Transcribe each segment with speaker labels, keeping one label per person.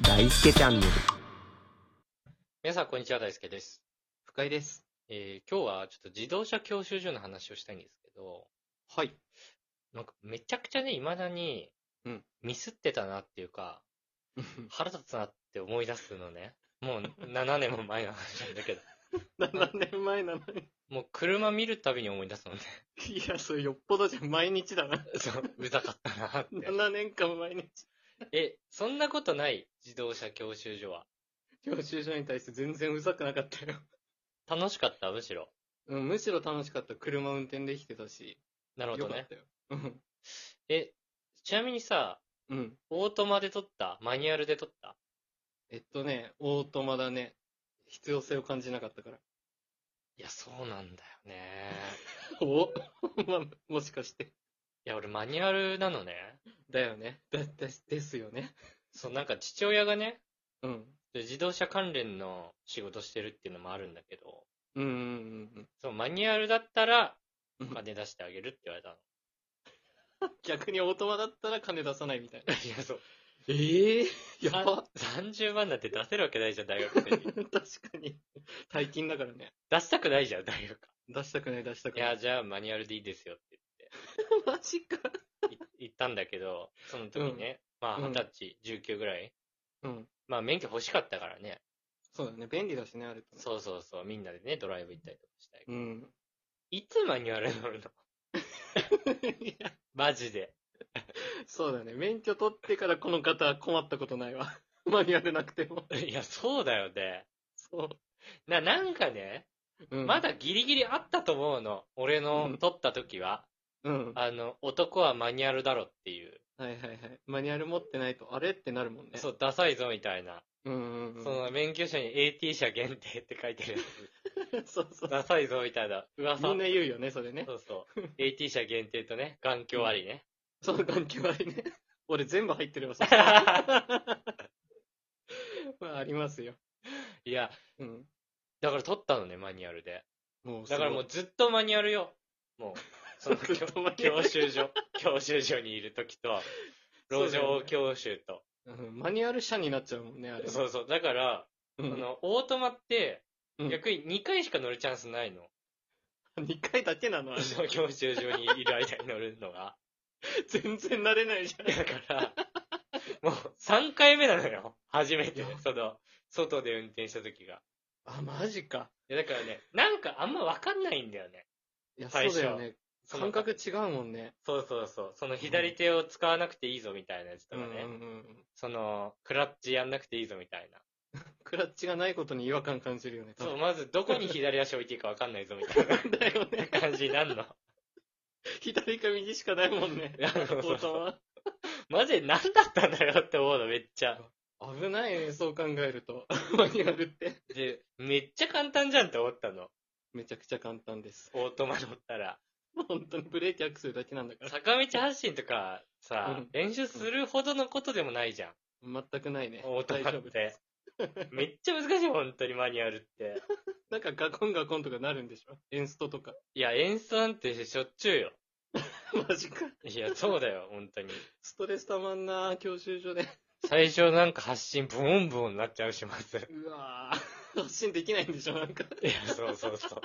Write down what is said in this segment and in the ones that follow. Speaker 1: 大輔チャンネル。
Speaker 2: 皆さん、こんにちは。大輔です。
Speaker 3: 深井です。
Speaker 2: えー今日はちょっと自動車教習所の話をしたいんですけど、
Speaker 3: はい。
Speaker 2: なんかめちゃくちゃね、未だに
Speaker 3: うん、
Speaker 2: ミスってたなっていうか、腹立つなって思い出すのね。もう7年も前の話なんだけど、
Speaker 3: 7年前なのに。
Speaker 2: もう車見るたびに思い出 すのね。
Speaker 3: いや、それよっぽどじゃん毎日だな。
Speaker 2: そう、うざかったなって。
Speaker 3: 7年間毎日。
Speaker 2: え、そんなことない自動車教習所は。
Speaker 3: 教習所に対して全然うざくなかったよ。
Speaker 2: 楽しかった、むしろ。
Speaker 3: うん、むしろ楽しかった。車運転できてたし。
Speaker 2: なるほど
Speaker 3: よか
Speaker 2: ね
Speaker 3: っ。たよ。うん
Speaker 2: え、ちなみにさ、
Speaker 3: うん。
Speaker 2: オートマで撮ったマニュアルで撮った
Speaker 3: えっとね、オートマだね。必要性を感じなかったから。
Speaker 2: いや、そうなんだよね。
Speaker 3: おまあ、もしかして。
Speaker 2: いや、俺マニュアルなのね。
Speaker 3: だよね。だ、だ、ですよね。
Speaker 2: そう、なんか父親がね、
Speaker 3: うん。
Speaker 2: で自動車関連の仕事してるっていうのもあるんだけど、
Speaker 3: うんうんうん
Speaker 2: そう、マニュアルだったら、
Speaker 3: うんうん。
Speaker 2: 金出してあげるって言われたの。
Speaker 3: 逆にオートマだったら金出さないみたいな。
Speaker 2: いや、そう。
Speaker 3: ええやば。
Speaker 2: 30万なんて出せるわけないじゃん、大学生に。
Speaker 3: 確 かに。大金だからね。
Speaker 2: 出したくないじゃん、大学。
Speaker 3: 出したくない、出したく
Speaker 2: い
Speaker 3: ない。
Speaker 2: や、じゃあマニュアルでいいですよって
Speaker 3: マジか。
Speaker 2: 言ってい言ったんだけど、その時ね、まあ
Speaker 3: うん
Speaker 2: 二十歳、19ぐらい。
Speaker 3: うん。
Speaker 2: まあ免許欲しかったからね。
Speaker 3: そうだね。便利だしね、あれと。
Speaker 2: そうそうそう、みんなでね、ドライブ行ったりとかしたい。
Speaker 3: うん。
Speaker 2: いつマニュアル乗るの
Speaker 3: いや、
Speaker 2: マジで。
Speaker 3: そうだね。免許取ってからこの方は困ったことないわ。 マニュアルなくても。
Speaker 2: いや、そうだよね。
Speaker 3: そ
Speaker 2: な、なんかね、
Speaker 3: う。うん、
Speaker 2: ま。だギリギリあったと思うの。俺
Speaker 3: う
Speaker 2: の
Speaker 3: ん
Speaker 2: 撮った時は。
Speaker 3: うん。は
Speaker 2: あの、男はマニュアルだろっていう。
Speaker 3: いはいはい。マニュアル持ってないと、あれってなるもんね。
Speaker 2: そう、ダサいぞみたいな。
Speaker 3: う。うんうん、うん。
Speaker 2: その免許証に AT 車限定って書いてるや
Speaker 3: そうそ
Speaker 2: つ。
Speaker 3: う。
Speaker 2: ダサいぞみたいな噂。
Speaker 3: みんな言うよね、それね。
Speaker 2: そうそう。AT 車限定とね、眼鏡ありね。
Speaker 3: その環境ありね。 俺全部入ってる わ、それまあ、ありますよ。
Speaker 2: いや、
Speaker 3: うん。
Speaker 2: だから撮ったのね、マニュアルで。
Speaker 3: もうす
Speaker 2: だ
Speaker 3: ごい、
Speaker 2: からもうずっとマニュアルよ。もう、その
Speaker 3: ずっとマニュアル
Speaker 2: 教習所、教習所にいる時と、路上教習と。
Speaker 3: うん、マニュアル車になっちゃうもんね、あれ。
Speaker 2: そうそう。だから、
Speaker 3: うん。
Speaker 2: あの、オートマって、
Speaker 3: うん
Speaker 2: 逆に2回しか乗るチャンスないの。
Speaker 3: 2回だけな のあれ
Speaker 2: その教習所にいる間に乗る のが。
Speaker 3: 全然慣れないじゃん。
Speaker 2: だから、もう3回目なのよ。初め
Speaker 3: い
Speaker 2: て
Speaker 3: や、
Speaker 2: その、外で運転した時が。
Speaker 3: あ、マジか。
Speaker 2: いや、だからね、なんかあんまわかんないんだよね。
Speaker 3: いや、そ
Speaker 2: 最
Speaker 3: う
Speaker 2: 初
Speaker 3: だよね。
Speaker 2: その
Speaker 3: 感覚違うもんね。
Speaker 2: そうそうそう。その左手を使わなくていいぞみたいなやつと
Speaker 3: うん
Speaker 2: か
Speaker 3: うん
Speaker 2: ね。
Speaker 3: うん。
Speaker 2: その、クラッチやんなくていいぞみたいな。
Speaker 3: クラッチがないことに違和感感じるよね。
Speaker 2: そう、まずどこに左足置いていいかわかんないぞみたい
Speaker 3: 多分だよね。
Speaker 2: な感じになるの。
Speaker 3: 左か右しかないもんね。
Speaker 2: いやそうそうそう
Speaker 3: オート
Speaker 2: マジで何だったんだよって思うの、めっちゃ。
Speaker 3: マ危ないね、そう考えると。 マニュアルって。
Speaker 2: で、めっちゃ簡単じゃんって思ったの。
Speaker 3: めちゃくちゃ簡単です。
Speaker 2: オートマ乗ったら。
Speaker 3: 本当にブレーキアクセルだけなんだから。
Speaker 2: 坂道発進とかさ、
Speaker 3: うん
Speaker 2: 練習するほどのことでもないじゃん。
Speaker 3: 全くないね。
Speaker 2: オート
Speaker 3: 大
Speaker 2: マ
Speaker 3: 丈
Speaker 2: っ
Speaker 3: 夫
Speaker 2: て
Speaker 3: です。。
Speaker 2: めっちゃ難しい、本当にマニュアルって。
Speaker 3: なんかガコンガコンとかなるんでしょエンストとか。
Speaker 2: いや、演奏なんてしょっちゅうよ。
Speaker 3: マジか。
Speaker 2: いや、そうだよ、本当に。
Speaker 3: ストレスたまんな、教習所で。
Speaker 2: 最初なんか発進ブオンブオンになっちゃうします。いう
Speaker 3: わぁ。発信できないんでしょなんか。
Speaker 2: や、そうそうそう。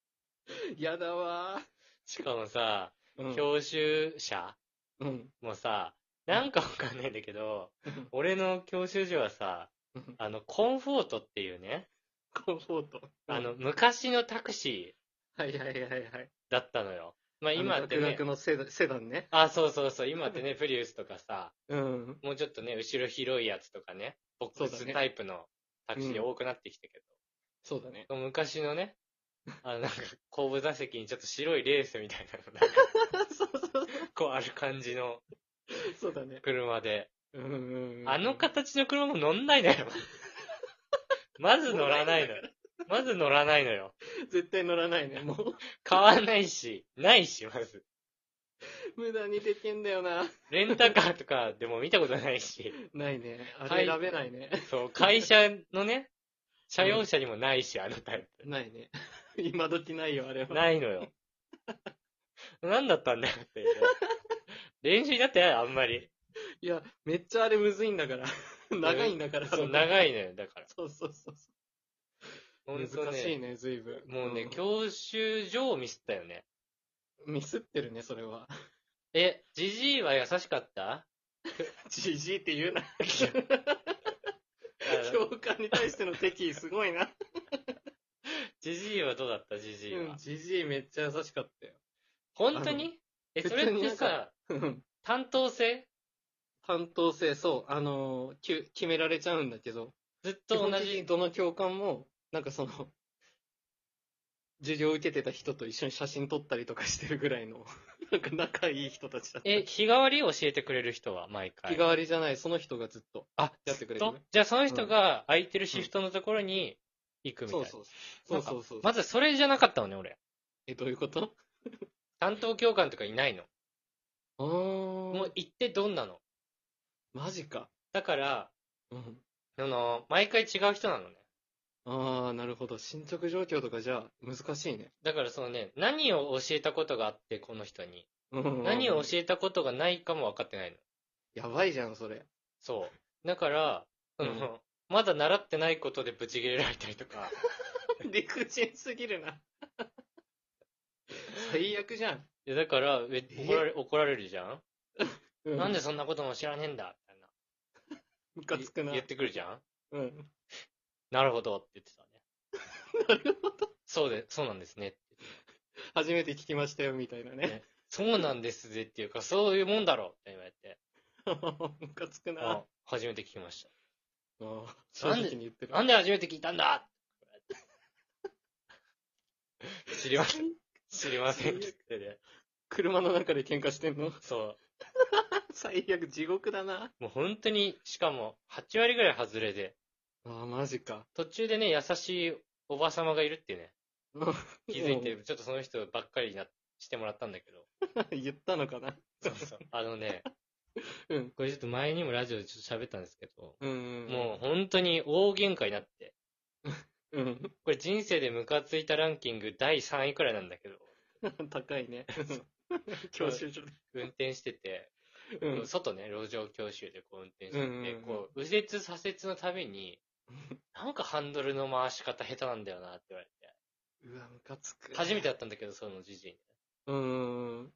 Speaker 3: やだわ
Speaker 2: しかもさ、
Speaker 3: ー。うん
Speaker 2: 教習者
Speaker 3: うん。
Speaker 2: もさ、なんかわかんないんだけど
Speaker 3: うん、
Speaker 2: 俺の教習所はさ
Speaker 3: うん、
Speaker 2: あの、コンフォートっていうね、
Speaker 3: コンフォート。
Speaker 2: あの、、昔のタクシ
Speaker 3: はいはいはいはい。
Speaker 2: ーだったのよ。まあ今って
Speaker 3: あの
Speaker 2: ね
Speaker 3: 学、のセダセダンね。
Speaker 2: あ、そうそうそう、今ってね、プリウスとかさ、
Speaker 3: うん。
Speaker 2: もうちょっとね、後ろ広いやつとかね、ボック
Speaker 3: そうだ
Speaker 2: ス
Speaker 3: ね
Speaker 2: タイプのタクシー
Speaker 3: うん
Speaker 2: 多くなってきたけど、
Speaker 3: そうだね。
Speaker 2: その昔のね、あの、なんか、後部座席にちょっと白いレースみたいなの、なん か、
Speaker 3: そうそう。
Speaker 2: こうある感じの
Speaker 3: そうだね。
Speaker 2: 車で、
Speaker 3: うんうんうん。
Speaker 2: あの形の車も乗んないのよ。まず乗らないのよ。まず乗らないのよ。
Speaker 3: 絶対乗らないね。もう、
Speaker 2: 買わないし、ないし、まず。
Speaker 3: 無駄にできんだよな。
Speaker 2: レンタカーとかでも見たことな いし、
Speaker 3: ないね。あ
Speaker 2: はい
Speaker 3: れ選べないね。
Speaker 2: そう、会社のね、車用車にもないし、あのタイ
Speaker 3: ない ね。今時ないよ、あれ
Speaker 2: プ。
Speaker 3: は。
Speaker 2: ないのよ。何だったんだよっていうね。練習になってないあんまり。
Speaker 3: いや、めっちゃあれむずいんだから。長いんだから。
Speaker 2: そう、
Speaker 3: い。
Speaker 2: 長いのよ、だから。
Speaker 3: そうそうそうそ
Speaker 2: ほ
Speaker 3: う。
Speaker 2: んと
Speaker 3: 難しい
Speaker 2: ね。
Speaker 3: ね、随分。
Speaker 2: もうね、
Speaker 3: ん
Speaker 2: 教習所をミスったよね。
Speaker 3: ミスってるね、それ は。
Speaker 2: え、ジジイは優し かった
Speaker 3: じじいって言うな。
Speaker 2: あ
Speaker 3: 教
Speaker 2: の
Speaker 3: 官に対しての敵意すごいな。
Speaker 2: ジジイはどうだったジジイ
Speaker 3: うん
Speaker 2: は。
Speaker 3: じじいめっちゃ優しかったよ。
Speaker 2: 本当にえ、それっ
Speaker 3: 普通に
Speaker 2: て
Speaker 3: なん
Speaker 2: さ
Speaker 3: か、うん
Speaker 2: 担当制
Speaker 3: 担当性、そう、あのーきゅ決められちゃうんだけど、
Speaker 2: ずっ
Speaker 3: 基
Speaker 2: と
Speaker 3: 本
Speaker 2: 同
Speaker 3: 的に
Speaker 2: じ。
Speaker 3: どの教官も、なんかその、授業を受けてた人と一緒に写真撮ったりとかしてるぐらいの、 なんか仲いい人たちだった。
Speaker 2: え、日替わり教えてくれる人は、毎回。
Speaker 3: 日替わりじゃない、その人がずっと。
Speaker 2: あ、
Speaker 3: やってくれるね
Speaker 2: ずっとじゃあその人が空いてるシフトのところに行くみたい
Speaker 3: そうそ
Speaker 2: な。
Speaker 3: うそう。そうそうそう。
Speaker 2: まずそれじゃなかったのね、俺。
Speaker 3: え、どういうこと
Speaker 2: 担当教官とかいないの。
Speaker 3: あ
Speaker 2: も
Speaker 3: ー
Speaker 2: う、行ってどんなの。
Speaker 3: マジか。
Speaker 2: だから、
Speaker 3: うん。
Speaker 2: あの、毎回違う人なのね。
Speaker 3: ああ、なるほど。進捗状況とかじゃあ、難しいね。
Speaker 2: だからそのね、何を教えたことがあって、この人に。
Speaker 3: うん
Speaker 2: 何を
Speaker 3: え
Speaker 2: 教えたことがないかも分かってないの。
Speaker 3: やばいじゃん、それ。
Speaker 2: そう。だから、その、
Speaker 3: うん
Speaker 2: まだ習ってないことでブチ切れられたりとか。
Speaker 3: 理不尽すぎるな。 最悪じゃん。
Speaker 2: いや、だから、え
Speaker 3: え
Speaker 2: 怒られ、怒られるじゃん、
Speaker 3: う
Speaker 2: なんでそんなことも知らねえんだみたいな。
Speaker 3: ムカつくな。
Speaker 2: 言ってくるじゃん
Speaker 3: うん。
Speaker 2: なるほどって言ってた ね。
Speaker 3: なるほど。
Speaker 2: そうで、そうなんですね。
Speaker 3: 初めて聞きましたよ、みたいなね。
Speaker 2: そうなんですぜっていうか、そういうもんだろって言われて。
Speaker 3: ムカつくな
Speaker 2: あ。初めて聞きまし
Speaker 3: うん正
Speaker 2: なん
Speaker 3: 直
Speaker 2: で
Speaker 3: に言ってる。
Speaker 2: た。なんで初めて聞いた んだ知りません。知りませんって言ってね。
Speaker 3: 車の中で喧嘩してんの
Speaker 2: そ
Speaker 3: 最悪、地獄だな。
Speaker 2: う。もう本当に、しかも、8割ぐらい外れで、
Speaker 3: ああ、マジ か。
Speaker 2: 途中でね、優しいおばさまがいるってね、気づいて
Speaker 3: う、
Speaker 2: ちょっとその人ばっかりになしてもらったんだけど。
Speaker 3: ん。 言ったのかな。
Speaker 2: そうそう。あのね、
Speaker 3: うん。
Speaker 2: これちょっと前にもラジオでちょっと喋ったんですけど、
Speaker 3: うん。
Speaker 2: もう本当に大喧嘩になって、
Speaker 3: うん。 うん。
Speaker 2: これ人生でムカついたランキング第3位くらいなんだけど、
Speaker 3: 高いね。 教習所で。
Speaker 2: 運転してて、
Speaker 3: う
Speaker 2: こう外ね、路上教習でこう運転して
Speaker 3: う
Speaker 2: て、
Speaker 3: んうんうん
Speaker 2: こう、右折左折のために、 なんかハンドルの回し方下手なんだよなって言われて、
Speaker 3: うわ、ムカつく。
Speaker 2: 初めてだったんだけど、そのじじいに。
Speaker 3: うん。
Speaker 2: う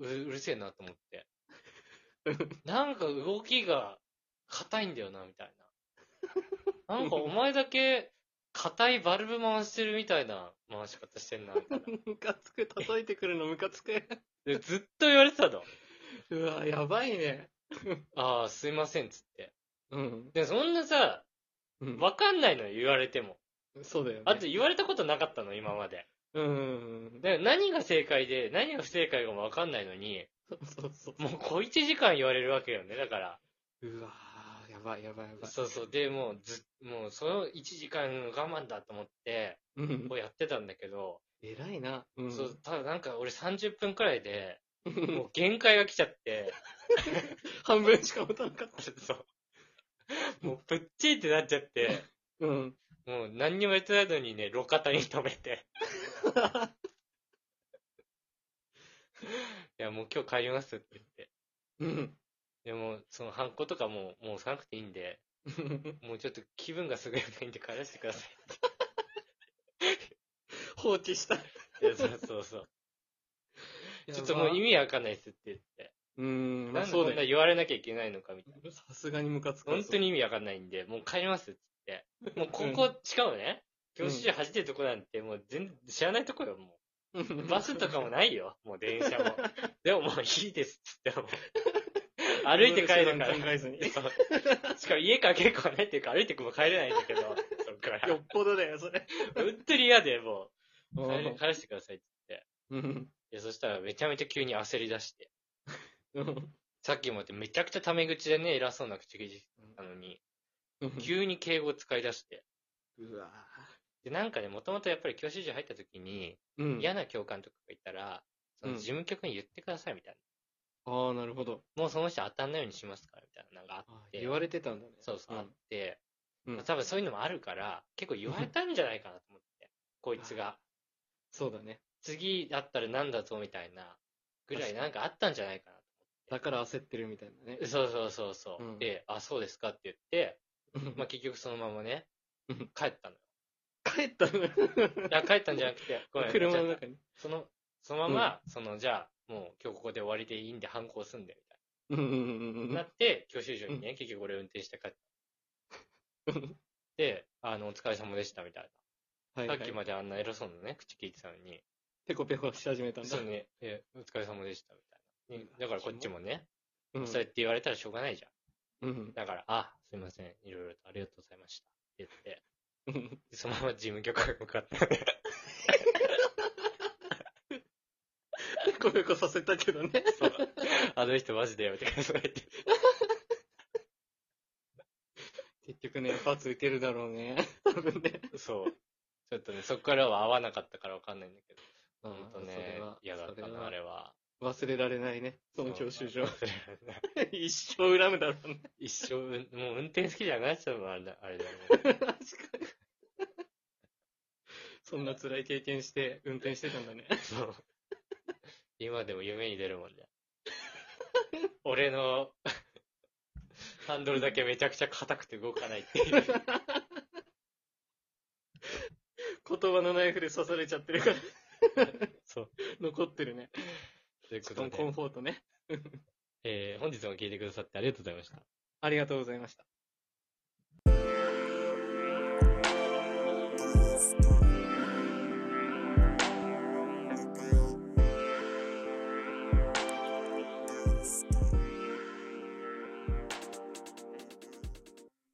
Speaker 2: うるせえなと思って。なんか動きが硬いんだよな、みたいな。なんかお前だけ硬いバルブ回してるみたいな回し方してんな、みたいな。
Speaker 3: ムカつく、叩いてくるのムカつく。
Speaker 2: でずっと言われてたの。
Speaker 3: うわ、やばいね。
Speaker 2: ああ、すいません、つって。
Speaker 3: うん。
Speaker 2: で、そんなさ、
Speaker 3: うん
Speaker 2: わかんないのよ言われても。
Speaker 3: そうだよね。
Speaker 2: あと言われたことなかったの、今まで。
Speaker 3: うん。
Speaker 2: で何が正解で、何が不正解かもわかんないのに、
Speaker 3: そうそう
Speaker 2: もう小一時間言われるわけよね、だから。
Speaker 3: う。うわーやばいやばいやばい。
Speaker 2: そうそう。で、もうず、もうその1時間我慢だと思って、
Speaker 3: うん
Speaker 2: こうやってたんだけど、
Speaker 3: 偉いな。うん
Speaker 2: そう、ただなんか俺30分くらいで、もう限界が来ち ゃって、
Speaker 3: 半分しか持たなかった。
Speaker 2: そう。もうプッチーってなっちゃって、
Speaker 3: うん。
Speaker 2: もう何にもやってないのにね、路肩に止め て、いやもう今日帰りますって言って。
Speaker 3: うん。
Speaker 2: でも、そのハンコとかもう、もう押さなくていいんで、もうちょっと気分が優れないんで帰らせてくださ
Speaker 3: 放置した。
Speaker 2: い。いや、そうそうそう。ちょっともう意味わかんないっすって言って。
Speaker 3: うん。ま
Speaker 2: な
Speaker 3: あ
Speaker 2: んで
Speaker 3: そ
Speaker 2: こ
Speaker 3: うんだ
Speaker 2: な
Speaker 3: よ。
Speaker 2: 言われなきゃいけないのかみたいな。
Speaker 3: さすがにムカつくわ。
Speaker 2: 本当に意味わかんないんで、もう帰りますっつって。もうここ、しかもね、教習所走ってるとこなんて、もう全然知らないとこよ、も。
Speaker 3: そうれ。
Speaker 2: バス とかもないよ、もう電車も。でももういいですっつ って、もう。歩いて帰るから
Speaker 3: 考。 えずに。
Speaker 2: そうしかも家から結構ねっていうか、歩いても帰れないん だけど、そっから。
Speaker 3: よ
Speaker 2: 本
Speaker 3: っぽどだよ、それ。
Speaker 2: 当に嫌で、もう、帰れ帰らせてくださいっつって。
Speaker 3: うん。
Speaker 2: で、そしたらめちゃめちゃ急に焦り出して。
Speaker 3: うん
Speaker 2: さっきも言ってめちゃくちゃタメ口でね、偉そうな口切りしてたのに、急に敬語使い出して。
Speaker 3: うわ
Speaker 2: で、なんかね、もともとやっぱり教習所入った時に、
Speaker 3: ーうん。
Speaker 2: 嫌な教官とかがいたら、その
Speaker 3: うん
Speaker 2: 事務局に言ってくださいみたい
Speaker 3: ああ、なるほど。
Speaker 2: な。もうその人当たんないようにしますからみたいな、なんかあ
Speaker 3: あ
Speaker 2: って。
Speaker 3: 言われてたんだね。
Speaker 2: そうそう、あって、
Speaker 3: うん
Speaker 2: まあ多分そういうのもあるから、結構言われたんじゃないかなと思って、こいつが。
Speaker 3: そうだね。
Speaker 2: 次だったらなんだぞみたいな、ぐらいなんかあったんじゃないかなと
Speaker 3: だから焦ってるみたいなね。
Speaker 2: そうそうそうそう。
Speaker 3: うん
Speaker 2: で、あ、そうですかって言って、まあ、結局そのままね
Speaker 3: うん、
Speaker 2: 帰ったのよ。
Speaker 3: 帰ったの
Speaker 2: いや、帰ったんじゃな くて、ごめん、
Speaker 3: 車の
Speaker 2: 間違え
Speaker 3: 中に。
Speaker 2: たその、そのまま、その、じゃあ、もう今日ここで終わりでいいんで反抗すんで、みたい
Speaker 3: うんうんうんうんう
Speaker 2: な。なんって、教習所にね、結局俺運転して帰っ
Speaker 3: うん
Speaker 2: て、あの、お疲れ様でした、みたい
Speaker 3: はい
Speaker 2: な。
Speaker 3: はい。
Speaker 2: さっきまであんな偉そうなね、口聞いてたのに、
Speaker 3: ペコペコし始めたんだ。
Speaker 2: そうね、え、お疲れ様でした、みたいなね。だからこっちもね、
Speaker 3: うん。
Speaker 2: そうやって言われたらしょうがないじゃん。
Speaker 3: うん。
Speaker 2: だから、あ、すいません、いろいろとありがとうございました。って言って、
Speaker 3: うん
Speaker 2: そのまま事務局へ向かった。
Speaker 3: ペコペコさせたけどね。
Speaker 2: そう あの人マジでやめてくださいって。
Speaker 3: 結局ね、パーついてるだろうね。多分 ね。
Speaker 2: そう。ちょっとね、そこからは会わなかったからわかんないんだけど。
Speaker 3: あー
Speaker 2: ほんと
Speaker 3: それ
Speaker 2: ね
Speaker 3: は、
Speaker 2: 嫌だった
Speaker 3: それ
Speaker 2: な、
Speaker 3: は
Speaker 2: あれは。
Speaker 3: 忘れられないね。その教習所。
Speaker 2: そう
Speaker 3: 一生恨むだろうね。
Speaker 2: 一生、うんもう運転好きじゃなくなっちゃうもん、あれだあれだ
Speaker 3: 確かに。そんな辛い経験して運転してたんだ ね。
Speaker 2: そう。今でも夢に出るもんね。俺のハンドルだけめちゃくちゃ硬くて動かないっていう。
Speaker 3: 言葉のナイフで刺されちゃってるから、
Speaker 2: そう。
Speaker 3: 残ってるね。
Speaker 2: というこ
Speaker 3: ちょ
Speaker 2: と
Speaker 3: っとコン
Speaker 2: で、
Speaker 3: フォートね。
Speaker 2: えー本日も聞いてくださってありがとうございました。
Speaker 3: ありがとうございました。